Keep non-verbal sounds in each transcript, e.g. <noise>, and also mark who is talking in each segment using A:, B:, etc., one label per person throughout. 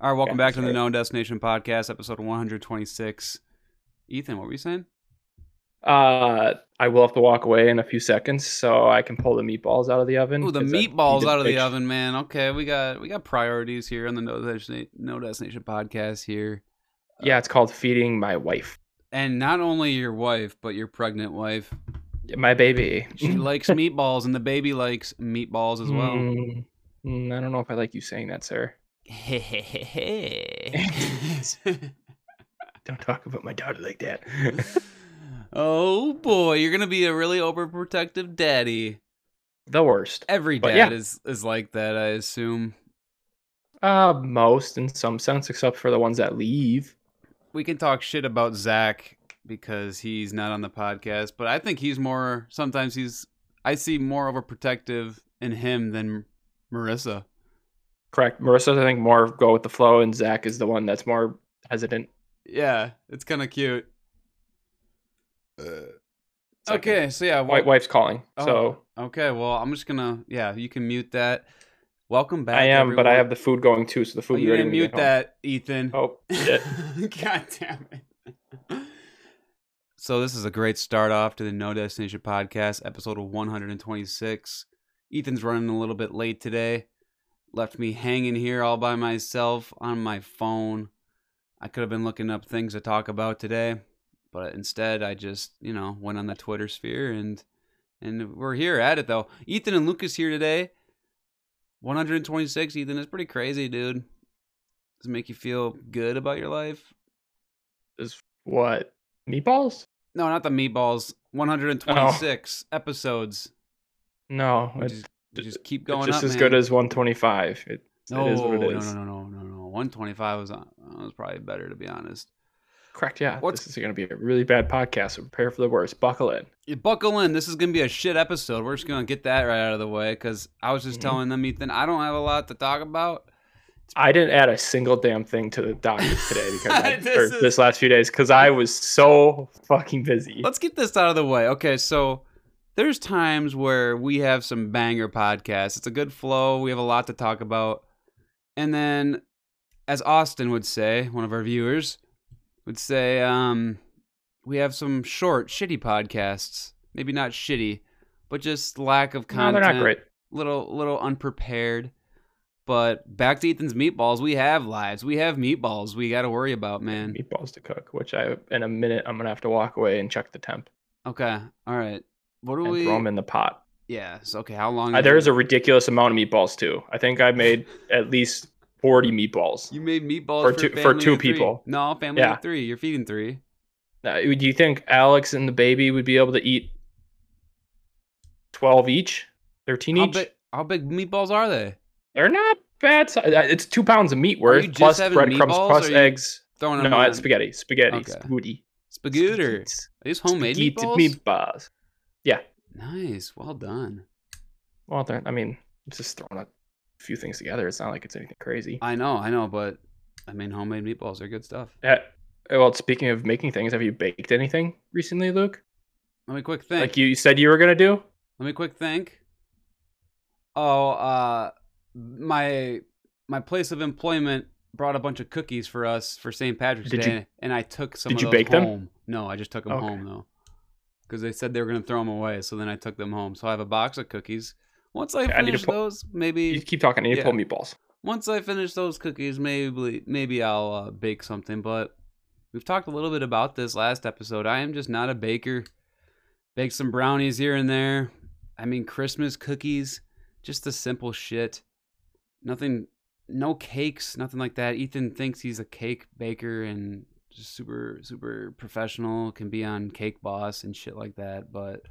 A: All right, welcome
B: Yeah,
A: back to the
B: sorry.
A: Known Destination Podcast, episode 126. Ethan, what were you saying?
B: Uh, I will have to walk away in a few seconds so I can pull the meatballs out of the oven.
A: Oh, the
B: 'cause I
A: meatballs
B: need to
A: out of the
B: fix-
A: oven, man. Okay, we got we got priorities here on the No Destination, no Destination Podcast here.
B: Yeah, it's called feeding my wife,
A: And not only your wife, but your pregnant wife.
B: my baby.
A: She
B: <laughs>
A: likes meatballs, and the baby likes meatballs as well.
B: Mm, mm, I don't know if I like you saying that, sir. Don't talk about my daughter
A: <laughs>
B: like that. <laughs> Mm.
A: oh boy, you're gonna be a really overprotective daddy.
B: the worst.
A: Every
B: But
A: dad
B: yeah.
A: is is like that, I assume.
B: Uh, most in some sense, except for the ones that leave.
A: we can talk shit about Zach because he's not on the podcast, but I think he's more sometimes he's I see more overprotective in him than Marissa.
B: Correct. Marissa's, I think, more go with the flow, and Zach is the one that's more hesitant.
A: Yeah, it's kind of cute.
B: Second.
A: Okay, so yeah,
B: White wife's calling,
A: Oh,
B: so
A: okay, well, I'm just gonna yeah, you can mute that. Welcome back.
B: I am, but I
A: everyone.
B: have the food going too, so the
A: Oh,
B: food.
A: you
B: ready
A: didn't
B: when we
A: mute
B: get home.
A: that, Ethan.
B: Oh, shit.
A: <laughs> God damn it. So this is a great start off to the No Destination podcast, episode 126. Ethan's running a little bit late today. Left me hanging here all by myself on my phone. I could have been looking up things to talk about today, but instead I just, you know, went on the Twitter sphere and and we're here at it though. Ethan and Lucas here today. 126, Ethan, is pretty crazy, dude. Does it make you feel good about your life?
B: what meatballs?
A: No, not the meatballs.
B: Oh.
A: 126 episodes.
B: No,
A: We
B: it's
A: just, we
B: it-
A: just keep
B: it's
A: going
B: just
A: up,
B: as
A: man.
B: good as 125. It,
A: no,
B: it is what it
A: no,
B: is.
A: no, no, no, no, no. 125 was on, was probably better to be honest.
B: Correct. Yeah,
A: What's-
B: this is going to be a really bad podcast. So prepare for the worst. Buckle in.
A: You buckle in. This is gonna be a shit episode. We're just gonna get that right out of the way because I was just
B: Mhm.
A: telling them, Ethan, I don't have a lot to talk about.
B: I didn't add a single damn thing to the document today because
A: <laughs>
B: I,
A: This
B: or
A: is-
B: this last few days because I was so fucking busy.
A: Let's get this out of the way. Okay, so there's times where we have some banger podcasts. It's a good flow. We have a lot to talk about. And then, as Austin would say, one of our viewers would say, um, we have some short, shitty podcasts. Maybe not shitty, but just lack of
B: no,
A: content.
B: they're not great.
A: Little, little unprepared. But back to Ethan's meatballs. We have lives. We have meatballs. We got to worry about, man.
B: Meatballs to cook, which I in a minute I'm gonna have to walk away and check the temp
A: Okay. All right. What do
B: and
A: we?
B: throw them in the pot.
A: Yeah. So okay, how long?
B: Uh,
A: have
B: there
A: you-
B: is a ridiculous amount of meatballs too. I think I
A: <laughs>
B: made at least 40 meatballs.
A: You made meatballs
B: for
A: for,
B: two- for
A: family
B: two
A: of three.
B: people.
A: No, family
B: Yeah.
A: of three. You're feeding three.
B: Now, do Uh, you think Alex and the baby would be able to eat 12 each, 13
A: How
B: each?
A: big? How big meatballs are they?
B: They're not bad. si- uh, It's two pounds of meat worth,
A: just
B: plus
A: having
B: breadcrumbs,
A: meatballs,
B: plus
A: or you
B: eggs.
A: Throwing them
B: No,
A: on
B: it's spaghetti, spaghetti,
A: Okay.
B: spaghetti,
A: Spagooter. Are these homemade
B: spaghetti
A: meatballs?
B: meatballs.
A: Nice. Well done.
B: Well, they're- I mean, it's just throwing a few things together. It's not like it's anything crazy.
A: I know. I know. But I mean, homemade meatballs are good stuff.
B: Uh, well, speaking of making things, have you baked anything recently, Luke?
A: Let me quick think.
B: Like you said you were gonna do.
A: Let me quick think. Oh, uh, my my place of employment brought a bunch of cookies for us for St. Patrick's
B: Did you-
A: Day, and I took some.
B: did
A: of
B: you
A: those
B: bake them?
A: home. No, I just took them
B: Okay.
A: home though, because they said they were gonna throw them away. So then I took them home. So I have a box of cookies. Once I
B: Okay, I need to
A: finish
B: pull-
A: those,
B: You
A: maybe
B: keep talking. I need to pull meatballs.
A: once I finish those cookies, maybe maybe I'll uh, bake something. But we've talked a little bit about this last episode. I am just not a baker. Bake some brownies here and there. I mean, Christmas cookies, just the simple shit. Nothing, no cakes, nothing like that. Ethan thinks he's a cake baker and just super super professional. Can be on Cake Boss and shit like that, but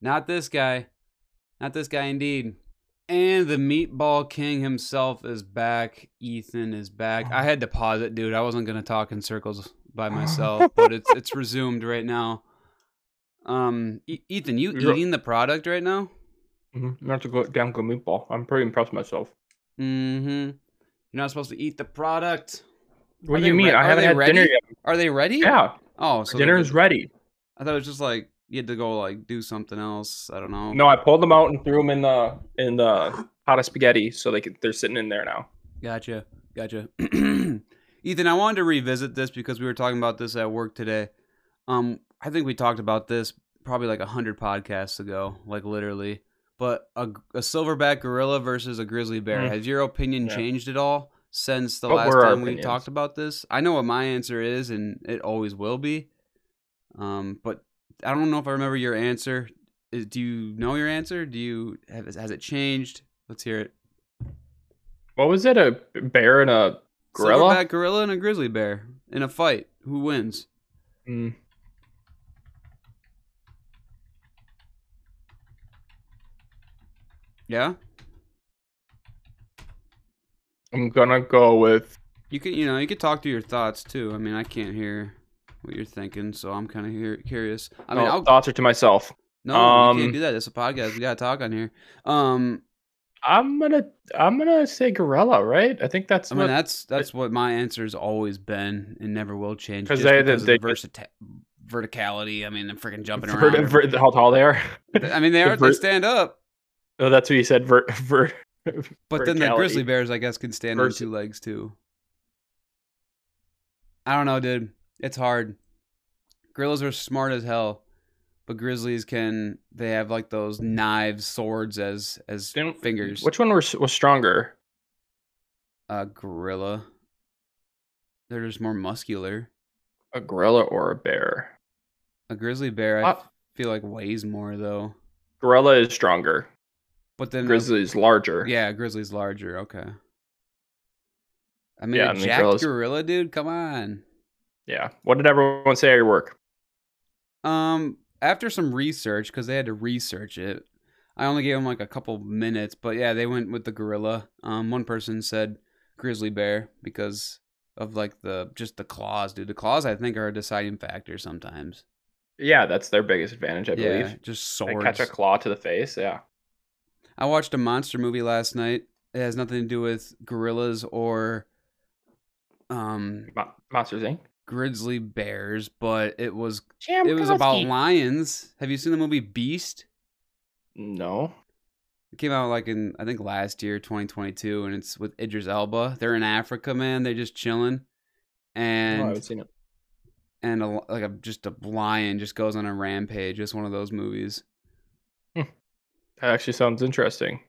A: not this guy. Not this guy, indeed. And the Meatball King himself is back. Ethan is back. I had to pause it, dude. I wasn't gonna talk in circles by myself, but it's it's resumed right now. Um, E- Ethan, you
B: Yeah.
A: eating the product right now?
B: Mm-hmm. That's a good, damn good meatball. I'm pretty impressed with myself.
A: Mm-hmm. You're not supposed to eat the product.
B: What
A: Are
B: do you
A: they
B: mean?
A: re-
B: I
A: are
B: haven't
A: they
B: had dinner
A: ready?
B: yet.
A: Are they ready?
B: Yeah,
A: Oh, so
B: dinner's
A: they're-
B: ready.
A: I thought it was just like you had to go like do something else. I don't know.
B: No, I pulled them out and threw them in the in the pot of spaghetti, so they could, they're sitting in there now.
A: Gotcha. Gotcha. <clears throat> Ethan, I wanted to revisit this because we were talking about this at work today. Um, I think we talked about this probably like a hundred podcasts ago, like literally. But a, a silverback gorilla versus a grizzly bear.
B: Mm.
A: Has your opinion
B: Yeah.
A: changed at all since the
B: What
A: last
B: were our
A: time we
B: opinions?
A: talked about this? I know what my answer is, and it always will be. Um, but I don't know if I remember your answer. Is, do you know your answer? Do you have, has it changed? Let's hear it.
B: What was it? A bear and a gorilla?
A: Silverback gorilla and a grizzly bear in a fight. Who wins?
B: Mm.
A: Yeah,
B: I'm gonna go with
A: you can. You know, you could talk through your thoughts too. I mean, I can't hear what you're thinking, so I'm kind of here curious. I mean,
B: no,
A: I'll,
B: thoughts are to myself.
A: no, you
B: um,
A: can't do that. It's a podcast. We gotta talk on here. Um,
B: I'm gonna I'm gonna say gorilla, right? I think that's
A: I mean,
B: what-
A: that's that's what my answer has always been and never will change.
B: 'Cause
A: just
B: they-
A: because of
B: they-
A: the versata- verticality. I mean, they're freaking
B: <laughs>
A: jumping
B: vert-
A: around.
B: vert- how tall they are. <laughs>
A: I mean, they
B: the
A: are. They
B: vert-
A: stand up,
B: Oh, that's what you said. Vert, vert. <laughs>
A: but then the
B: verticality.
A: grizzly bears, I guess, can stand on
B: Versi-
A: two legs too. I don't know, dude. It's hard. Gorillas are smart as hell, but grizzlies can. They have like those knives, swords as as
B: Didn't-
A: fingers.
B: Which one was was stronger?
A: A gorilla. They're just more muscular.
B: A gorilla or a bear?
A: A grizzly bear, I
B: Uh,
A: feel like weighs more though.
B: Gorilla is stronger.
A: But then a-
B: Grizzly is larger.
A: Yeah, a grizzly's larger. Okay. I mean,
B: Yeah,
A: a
B: I mean,
A: jacked
B: gorillas-
A: gorilla, dude. Come on.
B: Yeah. What did everyone say at your work?
A: Um, after some research, because they had to research it, I only gave them like a couple minutes. But yeah, they went with the gorilla. Um, one person said grizzly bear because of like the just the claws, dude. The claws, I think, are a deciding factor sometimes.
B: Yeah, that's their biggest advantage, I
A: yeah,
B: believe.
A: just
B: They
A: swords.
B: catch a claw to the face. Yeah.
A: I watched a monster movie last night. It has nothing to do with gorillas or um
B: Mo- Monsters Inc.
A: grizzly bears, but it was
B: Jam
A: it was about lions. Have you seen the movie Beast?
B: No.
A: It came out like in I think last year, 2022, and it's with Idris Elba. They're in Africa, man. They're just chilling,
B: No, Oh, I
A: and
B: haven't seen it.
A: and a, li- like a, just a lion just goes on a rampage. It's one of those movies.
B: That actually sounds interesting.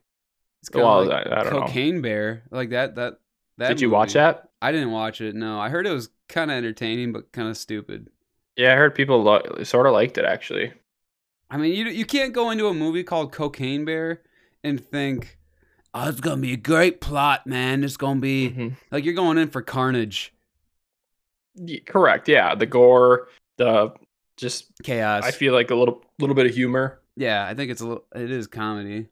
A: It's kind
B: Well,
A: of like
B: I, I don't know.
A: Cocaine Bear, like that that that.
B: Did you watch
A: movie.
B: that?
A: I didn't watch it. No, I heard it was kind of entertaining, but kind of stupid.
B: Yeah, I heard people lo- sort of liked it actually.
A: I mean, you you can't go into a movie called Cocaine Bear and think, "Oh, it's gonna be a great plot, man. It's gonna be
B: Mhm.
A: like you're going in for carnage,
B: Ye- correct. Yeah, the gore, the just
A: chaos."
B: I feel like a little little bit of humor,
A: yeah, I think it's a little, it is comedy,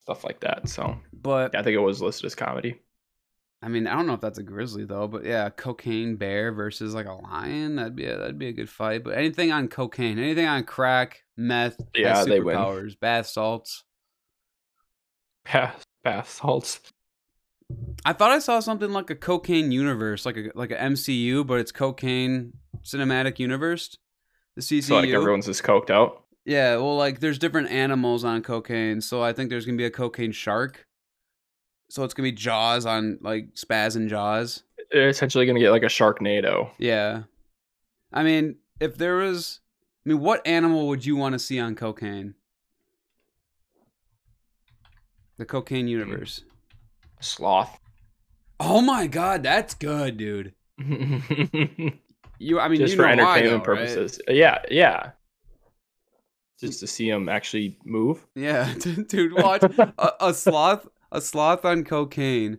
B: stuff like that. So
A: but
B: yeah, I think it was listed as comedy. <laughs>
A: I mean, I don't know if that's a grizzly though. But yeah, Cocaine Bear versus like a lion, that'd be a, that'd be a good fight. But anything on cocaine, anything on crack, meth, has
B: Yeah, they win.
A: superpowers, bath salts.
B: Bath, bath salts.
A: I thought I saw something like a cocaine universe, like a like a MCU, but it's cocaine cinematic universe. The CCU.
B: So like everyone's just coked out.
A: yeah, well, like there's different animals on cocaine, so I think there's gonna be a cocaine shark. So it's gonna be Jaws on like Spaz and Jaws.
B: They're essentially gonna get like a Sharknado.
A: Yeah, I mean, if there was, I mean, what animal would you want to see on cocaine? The
B: Hmm.
A: cocaine universe.
B: Sloth. <laughs>
A: Oh my god, that's good, dude. You, I mean,
B: just
A: you
B: for
A: know why,
B: entertainment
A: though, right?
B: purposes. Uh, Yeah, yeah. Just to see them actually move.
A: Yeah, <laughs> dude,
B: <laughs>
A: dude, watch a, a sloth. A sloth on cocaine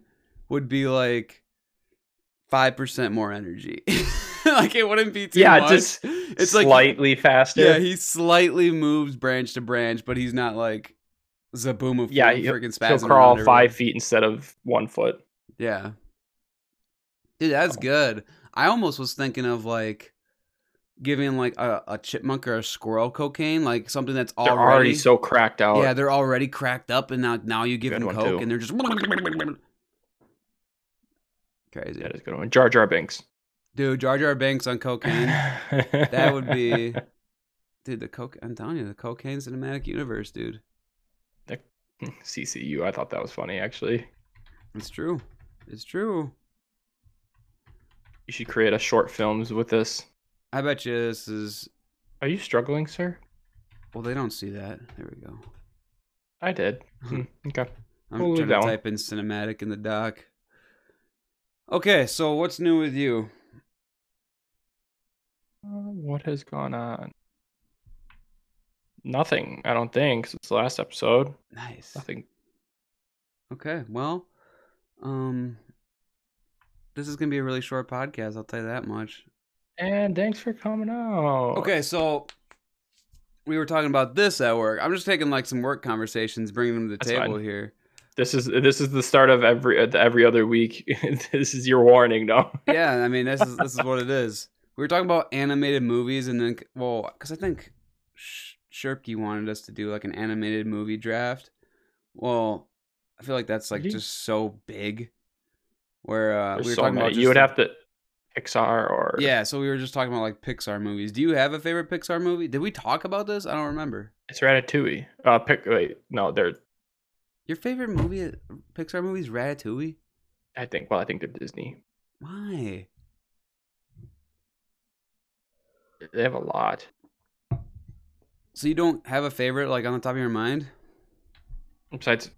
A: would be like five percent more energy. <laughs> like it wouldn't be too
B: Yeah,
A: much.
B: just
A: it's like
B: slightly faster.
A: yeah, he slightly moves branch to branch, but he's not like Zaboom of
B: Yeah, he'll-
A: freaking
B: He'll
A: spasm.
B: crawl five feet instead of one foot.
A: Yeah, dude, that's
B: Oh.
A: good. I almost was thinking of like giving like a, a chipmunk or a squirrel cocaine, like something that's
B: They're already, so cracked out.
A: Yeah, they're already cracked up, and now now you give
B: Good
A: them
B: one,
A: coke,
B: too.
A: and they're just crazy,
B: that is a good one. Jar Jar Binks.
A: dude. Jar Jar Banks on cocaine.
B: that <laughs>
A: That would be, dude. The coke. I'm telling you, the cocaine cinematic universe, dude.
B: CCU. I thought that was funny actually.
A: It's true. It's true.
B: You should create a short films with this.
A: I bet you this is.
B: Are you struggling, sir?
A: Well, they don't see that. There we go. <laughs>
B: I did. Hmm, okay.
A: I'm
B: We'll leave
A: trying
B: that
A: to
B: one.
A: type in cinematic in the doc. Okay, so what's new with you?
B: Uh, what has gone on? Nothing, I don't think, since the last episode.
A: Nice.
B: Nothing.
A: Okay, well, um, this is gonna be a really short podcast. I'll tell you that much.
B: And thanks for coming out.
A: Okay, so we were talking about this at work. I'm just taking like some work conversations, bringing them to the
B: That's
A: table
B: fine.
A: here.
B: This is this is the start of every uh, every other week. <laughs> this is your warning, no?
A: yeah, I mean, this is this is what it is. We were talking about animated movies, and then well, because I think Sh- Sherpke wanted us to do like an animated movie draft. Well, I feel like that's like
B: Ye-
A: just so big. Where uh, we
B: There's
A: were
B: so
A: talking about
B: many.
A: just
B: You would
A: the-
B: have to Pixar or
A: yeah, so we were just talking about like Pixar movies. Do you have a favorite Pixar movie? Did we talk about this? I don't remember.
B: It's Ratatouille. Uh, pick. Wait, no, they're.
A: Your favorite movie, uh, Pixar movies, Ratatouille.
B: I think. Well, I think they're Disney.
A: Why?
B: They have a lot.
A: So you don't have a favorite like on the top of your mind?
B: Besides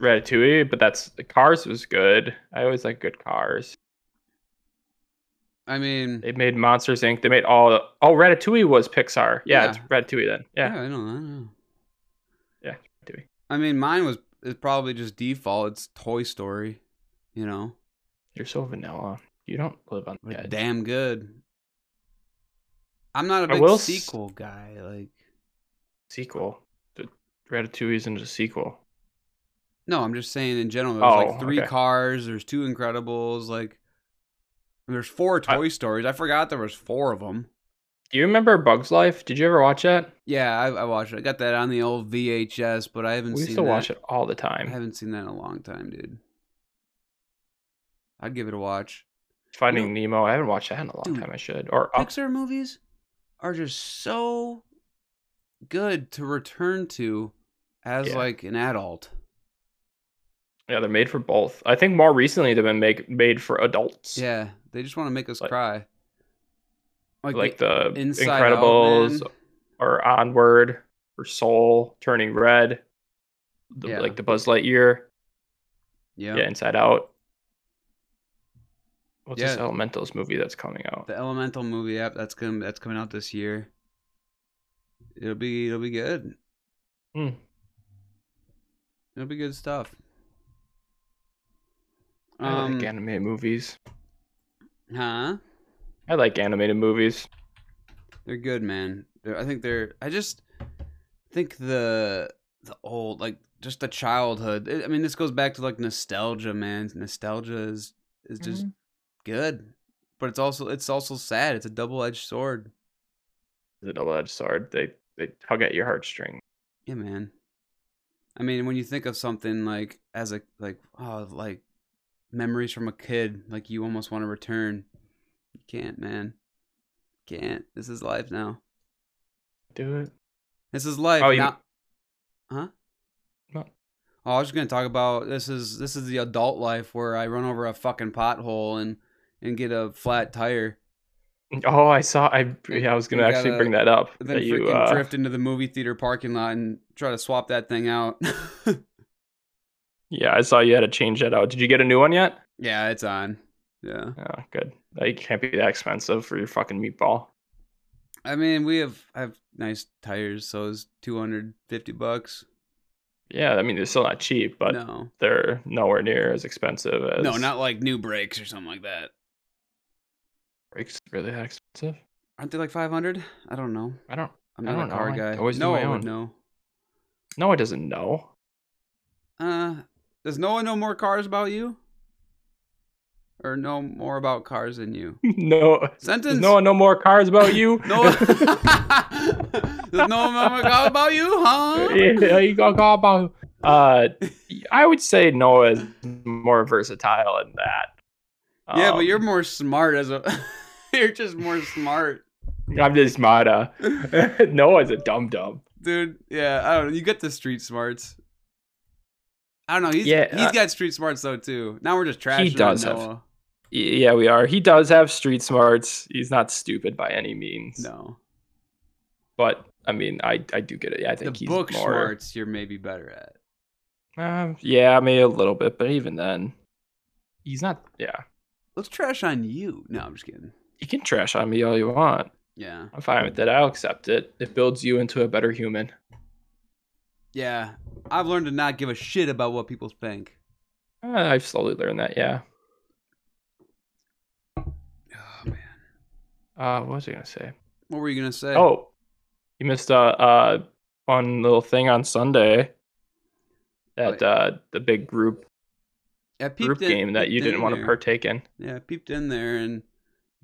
B: Ratatouille, but that's Cars was good. I always like good Cars.
A: I mean,
B: They made Monsters Inc. They made all. Oh, Ratatouille was Pixar. Yeah, it's
A: Yeah.
B: Ratatouille then. Yeah,
A: yeah, I don't know. I don't know.
B: yeah, Ratatouille.
A: I mean, mine was it's probably just default. It's Toy Story, you know,
B: You're so vanilla. You don't live on
A: but
B: the edge.
A: damn good. I'm not a
B: I
A: big
B: will s-
A: sequel guy. Like,
B: sequel. The Ratatouille isn't a sequel.
A: no, I'm just saying in general. There's
B: Oh,
A: like three
B: okay.
A: Cars. There's two Incredibles. Like, there's four
B: I-
A: Toy Stories. I forgot there was four of them.
B: Do you remember Bugs Life? Did you ever watch that?
A: Yeah, I, I watched it. I got that on the old VHS, but I haven't
B: We
A: seen
B: used to
A: that.
B: watch it all the
A: I
B: time.
A: haven't seen that in a long time, dude. I'd give it a watch.
B: Finding Nemo. I haven't watched that in a long
A: Dude,
B: time. I should. Or uh, Up.
A: Pixar movies are just so good to return to as
B: Yeah.
A: like an adult.
B: Yeah, they're made for both. I think more recently they've been make, made for adults.
A: Yeah, they just want to make us
B: Like-
A: cry. Like,
B: like
A: the,
B: the
A: Inside Out,
B: Incredibles
A: man.
B: or Onward or Soul, Turning Red, the,
A: Yeah.
B: like the Buzz Lightyear,
A: yeah,
B: yeah, Inside Out. What's this
A: Yeah.
B: Elementals movie that's coming out?
A: the Elemental movie app that's going that's coming out this year. It'll be it'll be good.
B: Hmm.
A: It'll be good stuff.
B: I
A: Um,
B: like animated movies.
A: huh?
B: I like animated movies.
A: They're good, man. They're, I think they're. I just think the the old like just the childhood. I I mean, this goes back to like nostalgia, man. Nostalgia is is just
B: Mm-hmm.
A: good, but it's also it's also sad. It's a double edged sword.
B: The double edged sword. They they tug at your heartstring.
A: Yeah, man. I mean, when you think of something like as a like oh like memories from a kid, like you almost want to return. You can't, man. Can't. This is life now.
B: Do it.
A: This is life.
B: Oh, you-
A: not- Huh?
B: No.
A: Oh, I was just gonna talk about this is this is the adult life where I run over a fucking pothole and and get a flat tire,
B: Oh, I saw. I
A: And-
B: yeah, I was gonna
A: and
B: actually
A: gotta-
B: bring that up.
A: and uh, then
B: That you
A: freaking
B: uh,
A: drift into the movie theater parking lot and try to swap that thing out. <laughs>
B: yeah, I saw you had to change that out. Did you get a new one yet?
A: yeah, it's on. Yeah.
B: Oh, good. It can't be that expensive for your fucking meatball.
A: I mean, we have I have nice tires, so it's two hundred fifty bucks.
B: Yeah, I mean they're still not cheap, but
A: no,
B: they're nowhere near as expensive as
A: no, not like new brakes or something like that.
B: brakes really that expensive.
A: Aren't they like five hundred? I don't know.
B: I don't
A: I'm
B: I
A: not
B: don't
A: a
B: know.
A: car
B: I
A: guy.
B: always do
A: no,
B: my
A: I would
B: own.
A: know.
B: no it doesn't know. <laughs>
A: Uh, does Noah know more cars about you? Or know more about cars than you?
B: no
A: Sentence.
B: does no one know more cars about
A: <laughs>
B: you?
A: Noah.
B: <laughs>
A: does Noah know more cars about you? Huh?
B: <laughs> Yeah, you go go about uh I would say Noah is more versatile in that.
A: Yeah, but you're
B: Um,
A: more smart as a. <laughs> you're just more smart,
B: Um, I'm just <laughs> Mata. Noah's a dum dum.
A: dude. Yeah, I don't know. You get the street smarts. I don't know. He's
B: Yeah,
A: he's
B: uh,
A: got street smarts though too. Now we're just trashing. on
B: does have-
A: Noah.
B: Y- Yeah, we are. He does have street smarts. He's not stupid by any means.
A: No,
B: But I mean, I, I do get it. I
A: the
B: think he's
A: book
B: more.
A: smarts you're maybe better at.
B: Um, yeah, maybe a little bit, but even then, he's not. Yeah,
A: Let's trash on you. No, I'm just kidding.
B: you can trash on me all you want.
A: Yeah,
B: I'm fine with it. I'll accept it. It builds you into a better human.
A: yeah. I've learned to not give a shit about what people think.
B: Uh, I've slowly learned that. Yeah.
A: Oh man,
B: Uh, what was I gonna say?
A: what were you gonna say?
B: Oh, you missed a, a fun little thing on Sunday. That
A: Oh, yeah.
B: uh, the big group
A: I peeped
B: group
A: in-
B: game that you
A: peeped in
B: didn't want to
A: there.
B: partake in.
A: Yeah, I peeped in there, and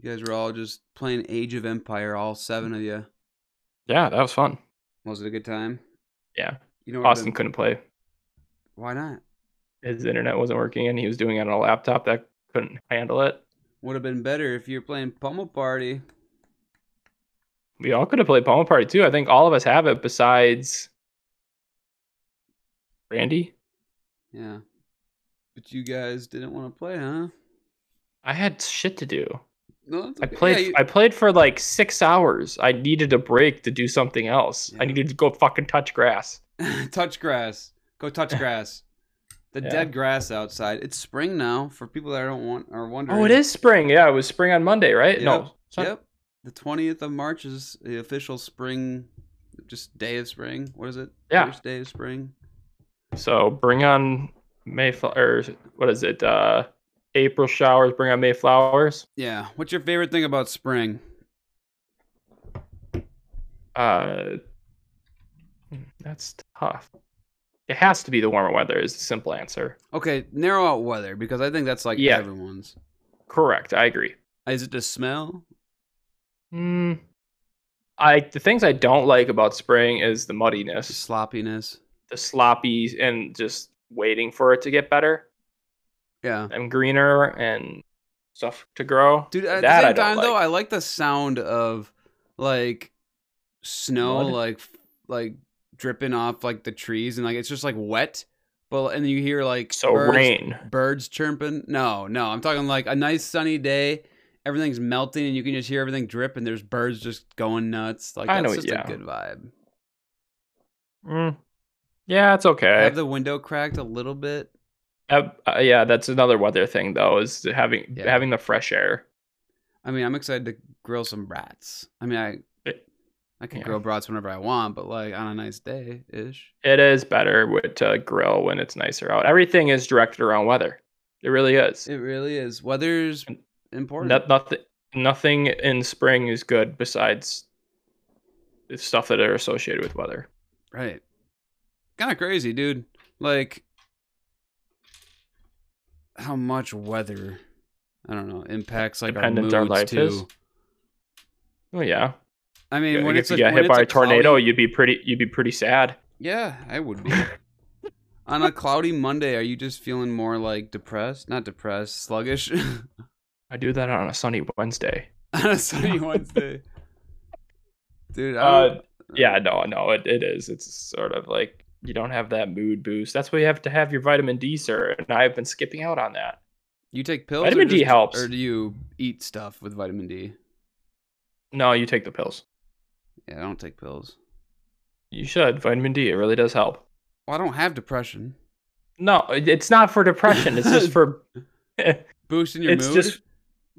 A: you guys were all just playing Age of Empire, all seven of you.
B: Yeah, that was fun.
A: Was it a good time?
B: Yeah.
A: You know, what would've
B: Austin
A: been-
B: couldn't play.
A: Why not?
B: His internet wasn't working, and he was doing it on a laptop that couldn't handle it.
A: Would have been better if you were playing Pummel Party.
B: We all could have played Palma Party too. I think all of us have it besides Randy.
A: Yeah, but you guys didn't want to play, huh?
B: I had shit to do.
A: No, that's
B: I
A: okay.
B: played
A: Yeah, you-
B: I played for like six hours. I needed a break to do something else.
A: Yeah.
B: I needed to go fucking touch grass.
A: <laughs> touch grass. Go
B: <laughs>
A: touch grass. The
B: Yeah.
A: dead grass outside. It's spring now. For people that don't want are wondering.
B: Oh, it is spring. Yeah, it was spring on Monday, right? No. Sun-
A: Yep. The twentieth of March is the official spring, just day of spring. What is it?
B: Yeah.
A: First day of spring.
B: So bring on Mayflower. What is it? Uh, April showers. Bring on Mayflowers.
A: Yeah. What's your favorite thing about spring?
B: Uh, hmm, that's tough. It has to be the warmer weather. Is the simple answer.
A: Okay, narrow out weather because I think that's like
B: Yeah.
A: everyone's.
B: Correct. I agree.
A: Is it the smell?
B: Hmm. I the things I don't like about spring is the
A: The
B: muddiness,
A: sloppiness?
B: the sloppy, and just waiting for it to get better
A: Yeah.
B: and greener and stuff to grow.
A: Dude, at
B: That
A: the
B: I
A: same
B: don't
A: time though,
B: like.
A: I like the sound of like snow,
B: Mud?
A: like like dripping off like the trees, and like it's just like wet. But and then you hear like
B: so
A: birds,
B: rain.
A: birds chirping. No, no, I'm talking like a nice sunny day. Everything's melting, and you can just hear everything drip, and there's birds just going nuts. Like that's
B: I know,
A: just
B: yeah.
A: a good vibe.
B: Mm. Yeah, it's okay.
A: Have the window cracked a little bit.
B: Uh, uh, yeah, that's another weather thing though, is having
A: Yeah.
B: having the fresh air.
A: I mean, I'm excited to grill some brats. I mean, I
B: It-
A: I can
B: Eh, yeah.
A: grill brats whenever I want, but like on a nice day ish.
B: It is better with to grill when it's nicer out. Everything is directed around weather. It really is.
A: It really is. Weather's
B: And
A: important.
B: No, nothing, nothing in spring is good besides the stuff that are associated with weather.
A: Right. Kind of crazy, dude. Like how much weather I don't know impacts like
B: Dependent
A: our
B: our
A: moods
B: life
A: too.
B: is. Oh yeah,
A: I mean,
B: Yeah,
A: when
B: if
A: it's
B: you
A: like,
B: get
A: when
B: hit
A: it's
B: by a tornado,
A: cloudy-
B: you'd be pretty. You'd be pretty sad.
A: yeah, I would be. On a cloudy Monday, are you just feeling more like depressed? Not depressed, sluggish. <laughs> On
B: I do that on a sunny Wednesday.
A: a sunny
B: <laughs>
A: Wednesday, dude. I
B: Uh,
A: don't-
B: yeah, no, no, it, it is. It's sort of like you don't have that mood boost. That's why you have to have your vitamin D, sir. And I've been skipping out on that.
A: you take pills.
B: vitamin
A: or
B: D
A: just-
B: helps.
A: or do you eat stuff with vitamin D?
B: No, you take the pills.
A: Yeah, I don't take pills.
B: You should. Vitamin D, it really does help.
A: Well, I don't have depression.
B: No, it- it's not for depression. It's just for.
A: Boosting <laughs> your
B: it's
A: mood.
B: just.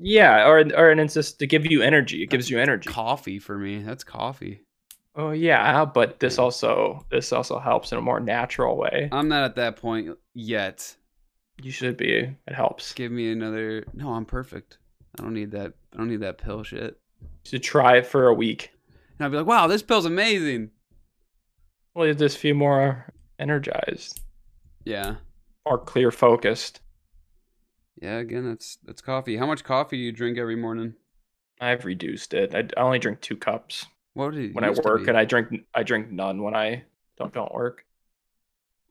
B: Yeah, or or and it's just to give you energy. It gives you energy.
A: coffee for me. That's coffee.
B: Oh yeah, but this also this also helps in a more natural way.
A: I'm not at that point yet.
B: You should be. It helps.
A: Give me another. No, I'm perfect. I don't need that. I don't need that pill shit.
B: To try it for a week.
A: And I'll be like, wow, this pill's amazing.
B: Well, you just feel more energized,
A: Yeah,
B: more clear focused.
A: yeah. Again, that's that's coffee. How much coffee do you drink every morning?
B: I've reduced it. I, I only drink two cups
A: What did it
B: when I
A: used to
B: work,
A: be?
B: and I drink I drink none when I don't don't work.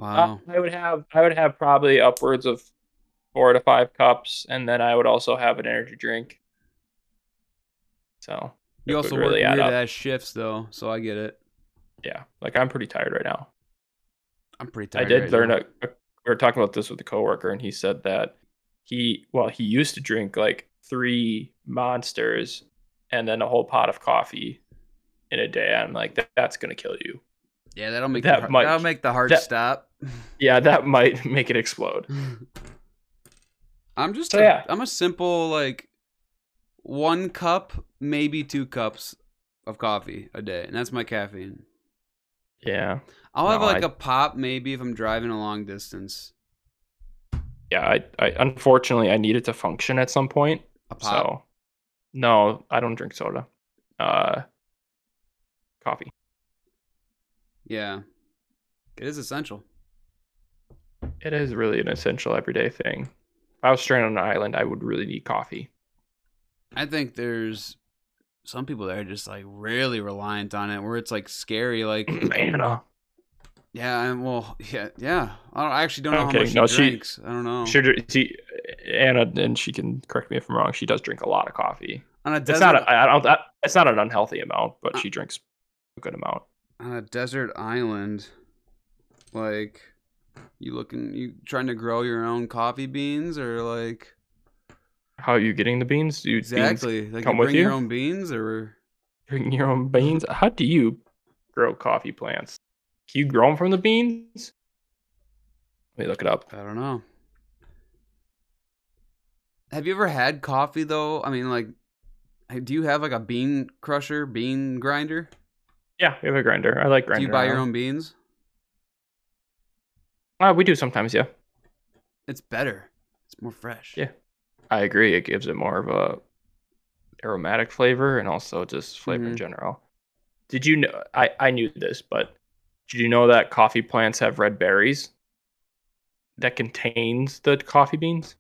B: Uh,
A: wow,
B: I would have I would have probably upwards of four to five cups, and then I would also have an energy drink. So it
A: you also
B: would
A: work
B: really add
A: weird
B: up.
A: ass shifts though, so I get it.
B: yeah, like I'm pretty tired right now.
A: I'm pretty
B: I
A: tired.
B: did
A: right
B: learn
A: now.
B: a, a we were talking about this with a coworker, and he said that he well he used to drink like three monsters and then a whole pot of coffee in a day. I'm like, that, that's gonna kill you.
A: Yeah, that'll make
B: That
A: the, heart-
B: might-
A: that'll make the heart
B: that-
A: stop.
B: Yeah, that might <laughs> make it explode.
A: <laughs> I'm just
B: So,
A: a,
B: yeah.
A: I'm a simple like one cup, maybe two cups of coffee a day, and that's my caffeine.
B: Yeah,
A: I'll have
B: No,
A: like
B: I-
A: a pop maybe if I'm driving a long distance.
B: yeah. I, I unfortunately I need it to function at some point.
A: A pop.
B: So, no, I don't drink soda. Uh, coffee.
A: Yeah. It is essential.
B: It is really an essential everyday thing. If I was stranded on an island, I would really need coffee. <clears throat>
A: I think there's some people that are just like really reliant on it where it's like scary
B: <clears throat>
A: like
B: Anna.
A: yeah and well yeah yeah i, don't, I actually don't know
B: Okay,
A: how much
B: no,
A: she
B: she-
A: drinks i don't know
B: She, dr- she, Anna, and she can correct me if I'm wrong. She does drink a lot of coffee.
A: on a
B: It's
A: desert
B: not. A, I I don't. I- It's not an unhealthy amount, but
A: Uh.
B: she drinks a good amount.
A: on a desert island like you looking you trying to grow your own coffee beans or like
B: How are you getting the beans? Do you beans-
A: exactly like
B: come
A: you
B: with
A: bring your
B: you?
A: own beans or
B: Bring your own beans. How do you grow coffee plants? Can you grow them from the beans? Let me look it up.
A: i don't know have you ever had coffee though i mean like do you have like a bean crusher bean grinder
B: Yeah, we have a grinder. I like grinder.
A: do you buy your
B: now.
A: own beans
B: Uh, we do sometimes. Yeah,
A: it's better it's more fresh
B: Yeah. I agree. It gives it more of a aromatic flavor and also just flavor in
A: Mhm.
B: general. Did you know? I I knew this, but did you know that coffee plants have red berries that contains the coffee beans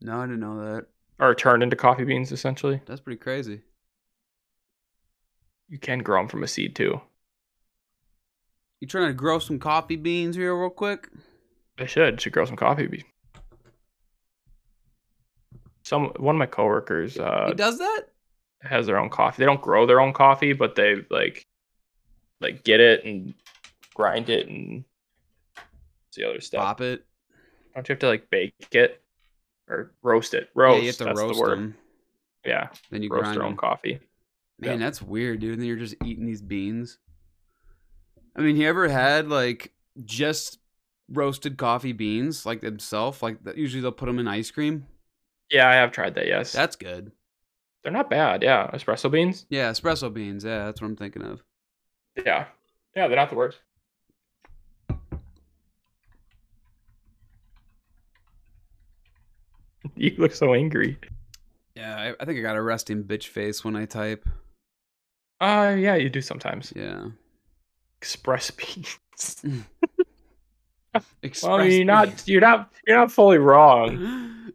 A: no i didn't know that
B: or turned into coffee beans essentially?
A: that's pretty crazy
B: You can grow them from a seed too.
A: you trying to grow some coffee beans here real quick
B: I should should grow some coffee beans. Some one of my coworkers uh,
A: he does that
B: has their own coffee. They don't grow their own coffee, but they like like get it and grind it and it's the other stuff.
A: pop it
B: Don't you have to like bake it or roast it? Roast.
A: yeah, you have to
B: that's
A: roast
B: the word.
A: them.
B: Yeah,
A: Then you
B: roast
A: grind
B: your own
A: them.
B: coffee.
A: Man,
B: yeah.
A: that's weird, dude. And then you're just eating these beans. I mean, you ever had like just roasted coffee beans like themselves? Like that, usually they'll put them in ice cream.
B: Yeah, I have tried that. Yes,
A: That's good.
B: they're not bad. Yeah, espresso beans.
A: Yeah, espresso beans. Yeah, that's what I'm thinking of.
B: Yeah, yeah, they're not the worst. <laughs> You look so angry.
A: Yeah, I, I think I got a resting bitch face when I type.
B: Uh yeah, you do sometimes.
A: Yeah.
B: Express beans.
A: Express
B: Well, I mean, you're
A: beans.
B: not you're not you're not fully wrong.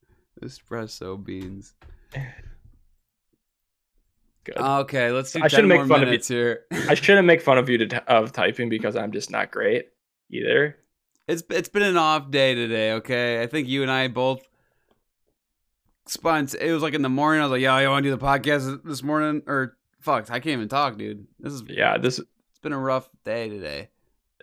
A: <laughs> espresso beans.
B: <laughs> Good.
A: Okay, let's do
B: I
A: 10
B: shouldn't
A: more
B: make fun of you.
A: minutes here.
B: I shouldn't make fun of you to t- of typing because I'm just not great either.
A: It's it's been an off day today, okay? I think you and I both spont it was like in the morning, I was like, Yo, you wanna do the podcast this morning? Or fuck, I can't even talk, dude. This is
B: Yeah, this
A: it's been a rough day today.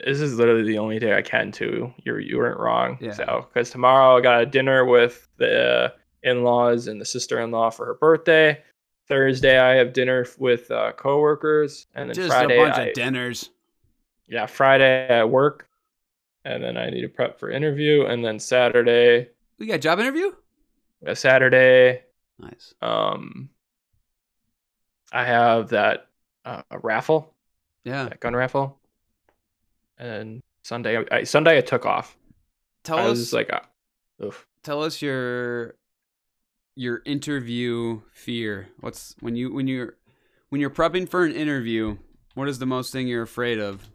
B: this is literally the only day I can too. You you weren't wrong.
A: Yeah.
B: So because tomorrow I got a dinner with the uh, in-laws and the sister-in-law for her birthday. Thursday I have dinner with uh, coworkers, and then
A: Just
B: Friday
A: a bunch
B: I,
A: of dinners.
B: yeah Friday I work, and then I need to prep for interview, and then Saturday
A: We got a job interview?
B: uh, Saturday
A: Nice.
B: um i have that uh, a raffle
A: Yeah.
B: that gun raffle and sunday I, sunday i took off
A: Tell
B: i was
A: us
B: just like uh, oof.
A: tell us your your interview fear. What's when you when you're when you're prepping for an interview, what is the most thing you're afraid of?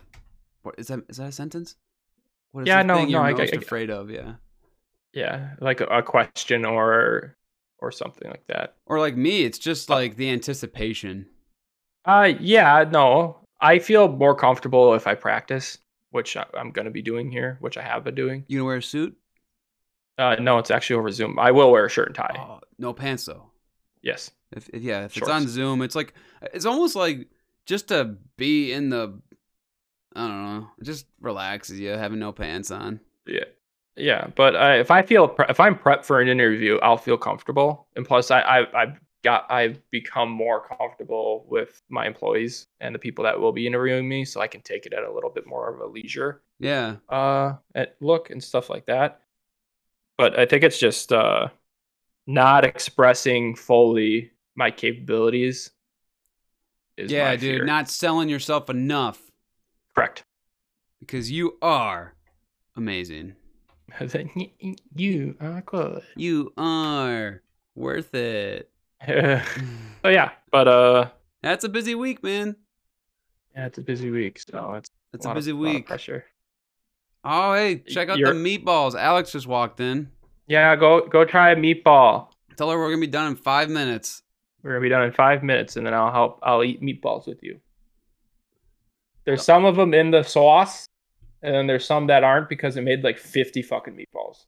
A: What is that is that a sentence? What is
B: Yeah,
A: the
B: no,
A: thing
B: no,
A: you're
B: I- I-
A: most
B: I-
A: afraid of, yeah.
B: yeah like a, a question or or something like that
A: Or like me, it's just
B: Oh.
A: like the anticipation.
B: uh yeah no i feel more comfortable if i practice which I- i'm going to be doing here which i have been doing
A: You gonna wear a suit?
B: uh no it's actually over zoom i will wear a shirt and tie
A: Oh, no pants though.
B: yes
A: If, if yeah, if it's
B: Shorts.
A: on Zoom, it's like it's almost like just to be in the I don't know, it just relaxes you having no pants on.
B: yeah Yeah, but uh, if I feel pre- if I'm prepped for an interview, I'll feel comfortable. And plus, I, I I've got I've become more comfortable with my employees and the people that will be interviewing me, so I can take it at a little bit more of a leisure
A: Yeah.
B: uh at look and stuff like that. But I think it's just uh not expressing fully my capabilities. Is
A: yeah,
B: my
A: dude.
B: fear.
A: Not selling yourself enough
B: correct. <laughs>
A: because you are amazing.
B: you are good. <laughs>
A: You are worth it. <sighs>
B: so yeah, but uh,
A: That's a busy week, man.
B: yeah, it's a busy week, so it's
A: That's a
B: lot of-
A: busy
B: lot of
A: week.
B: pressure.
A: Oh, hey, check out
B: You're-
A: the meatballs. Alex just walked in.
B: Yeah, go go try a meatball.
A: Tell her we're gonna be done in five minutes.
B: We're gonna be done in five minutes, and then I'll help. I'll eat meatballs with you. There's some of them in the sauce, and then there's some that aren't because it made like 50 fucking <laughs> meatballs.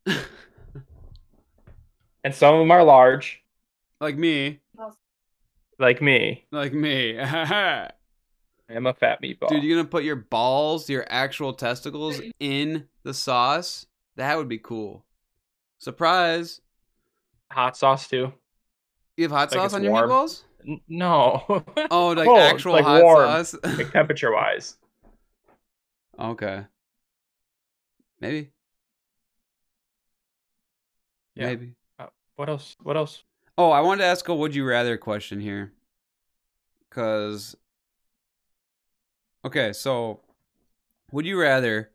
B: and some of them are large,
A: Like me,
B: like me.
A: like me. <laughs>
B: I'm a fat meatball.
A: Dude, you're gonna put your balls, your actual testicles, in the sauce. That would be cool. Surprise!
B: Hot sauce too?
A: You have hot
B: Like
A: sauce
B: it's
A: on your
B: warm.
A: meatballs?
B: N- <laughs> no,
A: Oh, like
B: Cold,
A: actual
B: like
A: hot
B: warm.
A: sauce.
B: like temperature wise.
A: okay. Maybe.
B: Yeah.
A: Maybe.
B: What else? What else?
A: Oh, I wanted to ask a would you rather question here. Cause Okay, so would you rather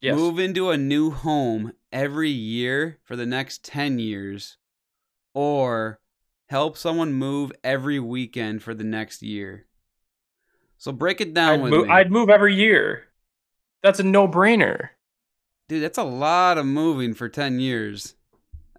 B: Yes.
A: move into a new home every year for the next 10 years or help someone move every weekend for the next year? So break it down
B: I'd,
A: with
B: move,
A: me.
B: I'd move every year. That's a no brainer.
A: Dude, that's a lot of moving for 10 years.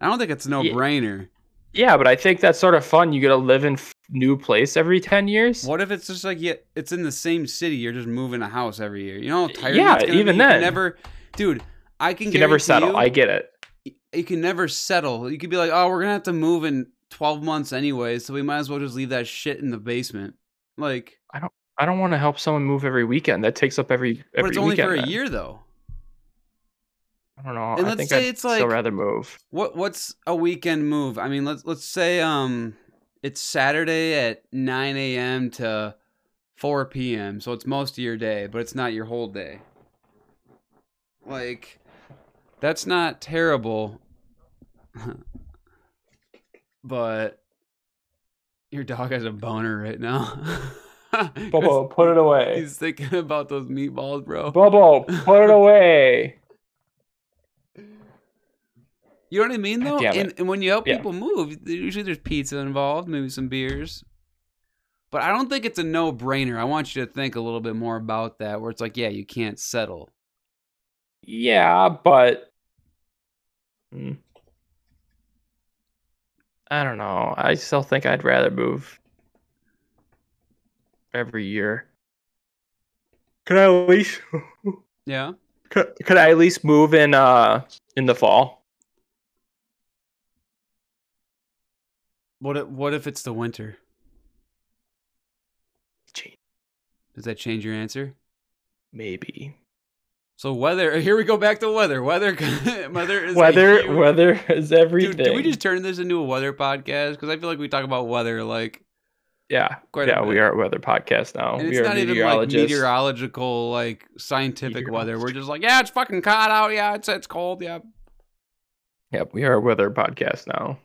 A: I don't think it's a
B: Yeah.
A: no-brainer.
B: Yeah, but I think that's sort of fun. You get to live in f- new place every 10 years.
A: What if it's just like yeah, it's in the same city? You're just moving a house every year. You know, how tired
B: Yeah,
A: that's gonna
B: even
A: be? You can
B: then.
A: never, dude. I can,
B: You can never
A: guarantee
B: settle.
A: You,
B: I get it.
A: you can never settle. You could be like, oh, we're gonna have to move in twelve months anyway, so we might as well just leave that shit in the basement. Like,
B: I don't want to help someone move every weekend. That takes up every every
A: but it's only
B: weekend
A: for a
B: then.
A: year though.
B: I don't know.
A: And
B: I
A: let's
B: think
A: say
B: I'd
A: it's
B: still
A: like- <laughs>
B: rather move.
A: What what's a weekend move? I mean, let's let's say um it's Saturday at nine a.m. to four p.m. So it's most of your day, but it's not your whole day. Like, that's not terrible, <laughs> but your dog has a boner right now. <laughs>
B: Bobo, put it away.
A: He's thinking about those meatballs, bro.
B: Bobo, put it away.
A: You know what I mean, though.
B: God damn
A: And, and when you help
B: Yeah.
A: people move, usually there's pizza involved, maybe some beers. But I don't think it's a no-brainer. I want you to think a little bit more about that, where it's like, yeah, you can't settle.
B: Yeah, but Hmm. I don't know. I still think I'd rather move every year. Could I at least
A: Yeah.
B: could, could I at least move in uh in the fall?
A: What if, What if it's the winter?
B: Gee,
A: Does that change your answer?
B: Maybe.
A: So weather. <laughs> Here we go back to weather. Weather. <laughs> weather is a
B: Weather
A: huge-
B: weather <laughs> is everything.
A: Dude, do we just turn this into a weather podcast? Because I feel like we talk about weather like
B: Yeah.
A: quite a
B: Yeah,
A: bit.
B: we are a weather podcast now.
A: And
B: we
A: it's
B: are
A: not even like
B: meteorologists.
A: meteorological, like scientific weather. We're
B: Meteorologist.
A: just like, yeah, it's fucking hot out. Yeah, it's it's cold. Yeah.
B: Yep, we are a weather podcast now.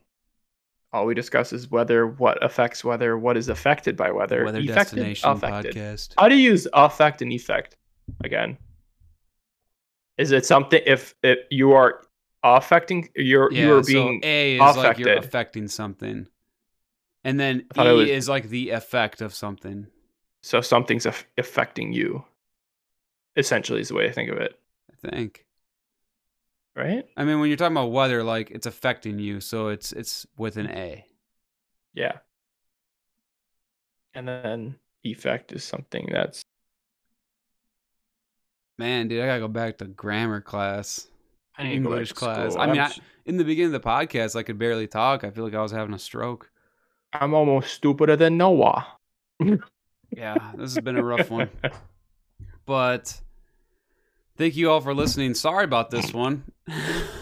B: All we discuss is weather, what affects weather, what is affected by weather.
A: Weather
B: affected,
A: destination
B: affected.
A: podcast.
B: How do you use affect and effect again? Is it something if if you are affecting you're you are being
A: so A is like you're
B: affected.
A: affecting something, and then
B: I
A: E
B: thought it was-
A: is like the effect of something.
B: so something's aff- affecting you. Essentially, is the way I think of it,
A: I think.
B: right?
A: I mean, when you're talking about weather, like it's affecting you, so it's it's with an A.
B: Yeah. And then effect is something that's
A: Man, dude, I gotta go back to grammar class.
B: I need to go back
A: English
B: to
A: class.
B: school.
A: I mean,
B: I'm
A: I- In the beginning of the podcast, I could barely talk. I feel like I was having a stroke.
B: I'm almost stupider than Noah. <laughs>
A: Yeah, this has been a rough one. But Thank you all for listening. Sorry about this one. <laughs>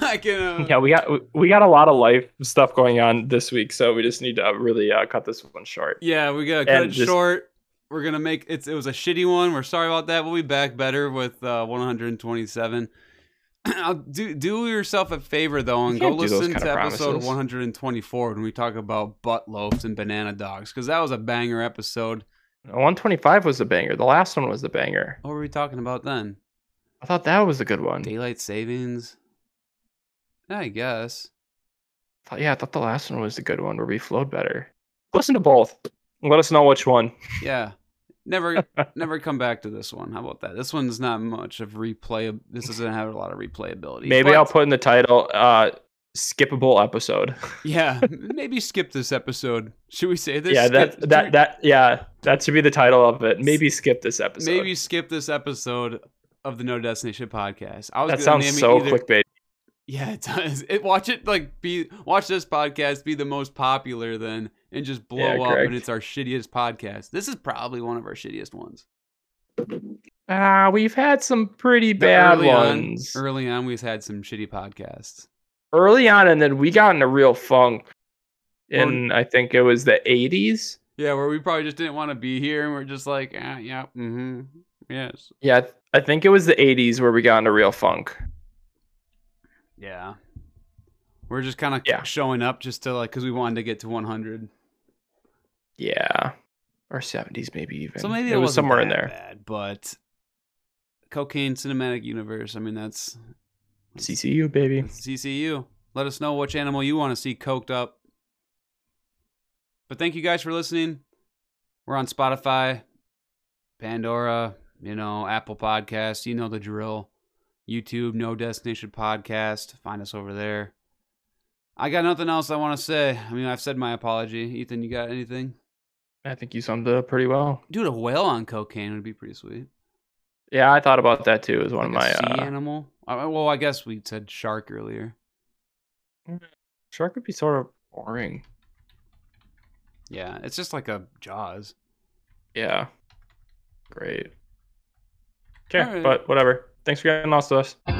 A: I can. Uh,
B: Yeah, we got we got a lot of life stuff going on this week, so we just need to really uh, cut this one short.
A: Yeah, we gotta cut
B: And
A: it
B: just-
A: short. We're gonna make it's it was a shitty one. We're sorry about that. We'll be back better with uh, 127. <clears throat> I'll do do yourself a favor though and
B: You
A: go
B: can't do those
A: listen
B: kinda
A: to episode
B: promises.
A: 124 when we talk about butt loafs and banana dogs because that was a banger episode.
B: 125 was the banger. The last one was the banger.
A: What were we talking about then?
B: I thought that was a good one.
A: Daylight savings. I guess.
B: Thought- yeah, I thought the last one was the good one where we flowed better. Listen to both. Let us know which one.
A: Yeah. Never
B: <laughs>
A: never come back to this one. How about that? This one's not much of replay. This doesn't have a lot of replayability.
B: Maybe
A: but-
B: I'll put in the title uh skippable episode.
A: Yeah, maybe skip this episode. Should we say this?
B: yeah, that
A: Skip-
B: that that yeah, that should be the title of it. Maybe skip this episode.
A: maybe skip this episode of the No Destination podcast. I was
B: that
A: gonna name
B: sounds
A: it
B: so
A: either-
B: clickbait.
A: Yeah, it does. It watch it like be watch this podcast be the most popular then and just blow
B: Yeah,
A: up
B: correct.
A: and it's our shittiest podcast. This is probably one of our shittiest ones.
B: Ah, we've had some pretty
A: The
B: bad
A: early on- er
B: ones.
A: early on, we've had some shitty podcasts.
B: early on, and then we got in a real funk.
A: Well-
B: In I think it was the eighties.
A: Yeah, where we probably just didn't want to be here and we're just like, ah, yeah, mm-hmm, yes,
B: Yeah, I th- I think it was the eighties where we got in a real funk.
A: yeah. We're just kind of
B: Yeah.
A: showing up just to like because we wanted to get to 100.
B: Yeah, or seventies maybe even.
A: So maybe
B: it, was
A: wasn't
B: somewhere in
A: that
B: there.
A: Bad, but cocaine cinematic universe. I mean, that's
B: CCU baby.
A: that's CCU. Let us know which animal you want to see coked up. But thank you guys for listening. We're on Spotify, Pandora, you know, Apple Podcasts. You know the drill. YouTube, No Destination Podcast. Find us over there. I got nothing else I want to say. I mean, I've said my apology. Ethan, you got anything?
B: I think you summed it up pretty well.
A: Dude, a whale on cocaine would be pretty sweet.
B: Yeah, I thought about that too. As one
A: Like
B: of
A: a
B: my
A: sea
B: uh,
A: animal. Uh, well, I guess we said shark earlier.
B: shark would be sort of boring.
A: Yeah, it's just like a Jaws.
B: Yeah, great. Okay,
A: Alright.
B: but whatever. Thanks for getting lost with us.